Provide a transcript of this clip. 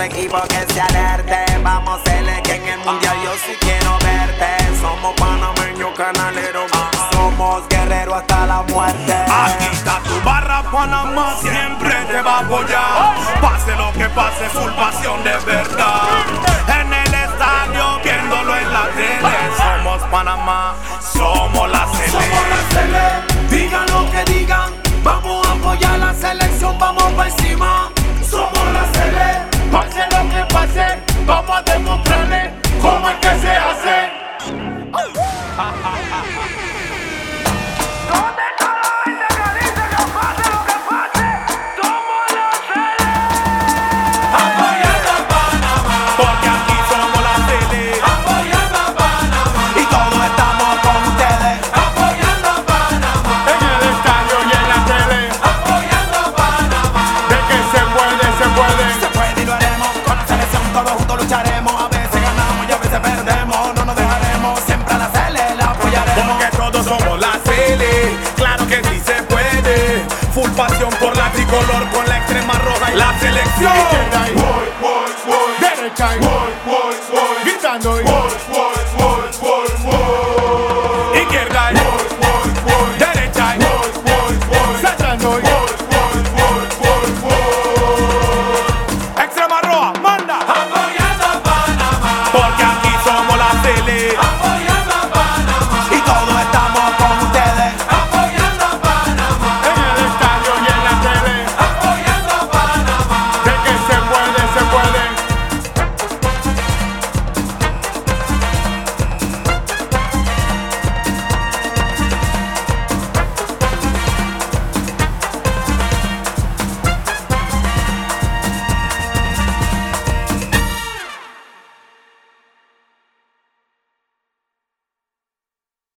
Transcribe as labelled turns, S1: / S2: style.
S1: equipo que se alerte. Vamos, L, que en el mundial yo sí quiero verte. Somos panameños canaleros, somos guerreros hasta la muerte.
S2: Aquí está tu barra Panamá, siempre te va a apoyar. Pase lo que pase, full pasión de verdad. En el estadio, viéndolo en la tele. Somos Panamá, somos la
S3: Somos
S2: selección.
S3: la Sele, digan lo que digan, vamos a apoyar la selección, vamos para encima. Somos la Sele, pase lo que pase, vamos a demostrarle cómo es que se hace.
S2: Apoyando a Panamá, porque aquí somos la tele.
S3: Apoyando a Panamá,
S2: Y todos estamos con ustedes.
S3: apoyando a Panamá,
S4: En el estadio y en la tele,
S3: apoyando a Panamá.
S4: de que se puede, se
S1: Se
S4: puede.
S1: puede y lo haremos, con la selección todos juntos lucharemos. A veces ganamos y a veces perdemos, no nos dejaremos. Siempre a la L la apoyaremos.
S2: Porque todos somos la Sele, claro que sí se puede. Full pasión por la tricolor con la extrema roja y la selección.
S4: Izquierda y
S3: Voy, voy, voy,
S4: derecha y
S3: voy, voy, voy,
S4: gritando y
S3: voy, voy, voy, voy, voy.
S2: Izquierda y
S3: Voy, voy, voy,
S2: derecha y
S3: voy, voy, voy.
S4: saltando y
S3: Voy, voy, voy, voy, voy.
S2: extrema roja, manda.
S3: Apoyando a Panamá,
S2: Porque aquí somos la Sele.
S3: apoyando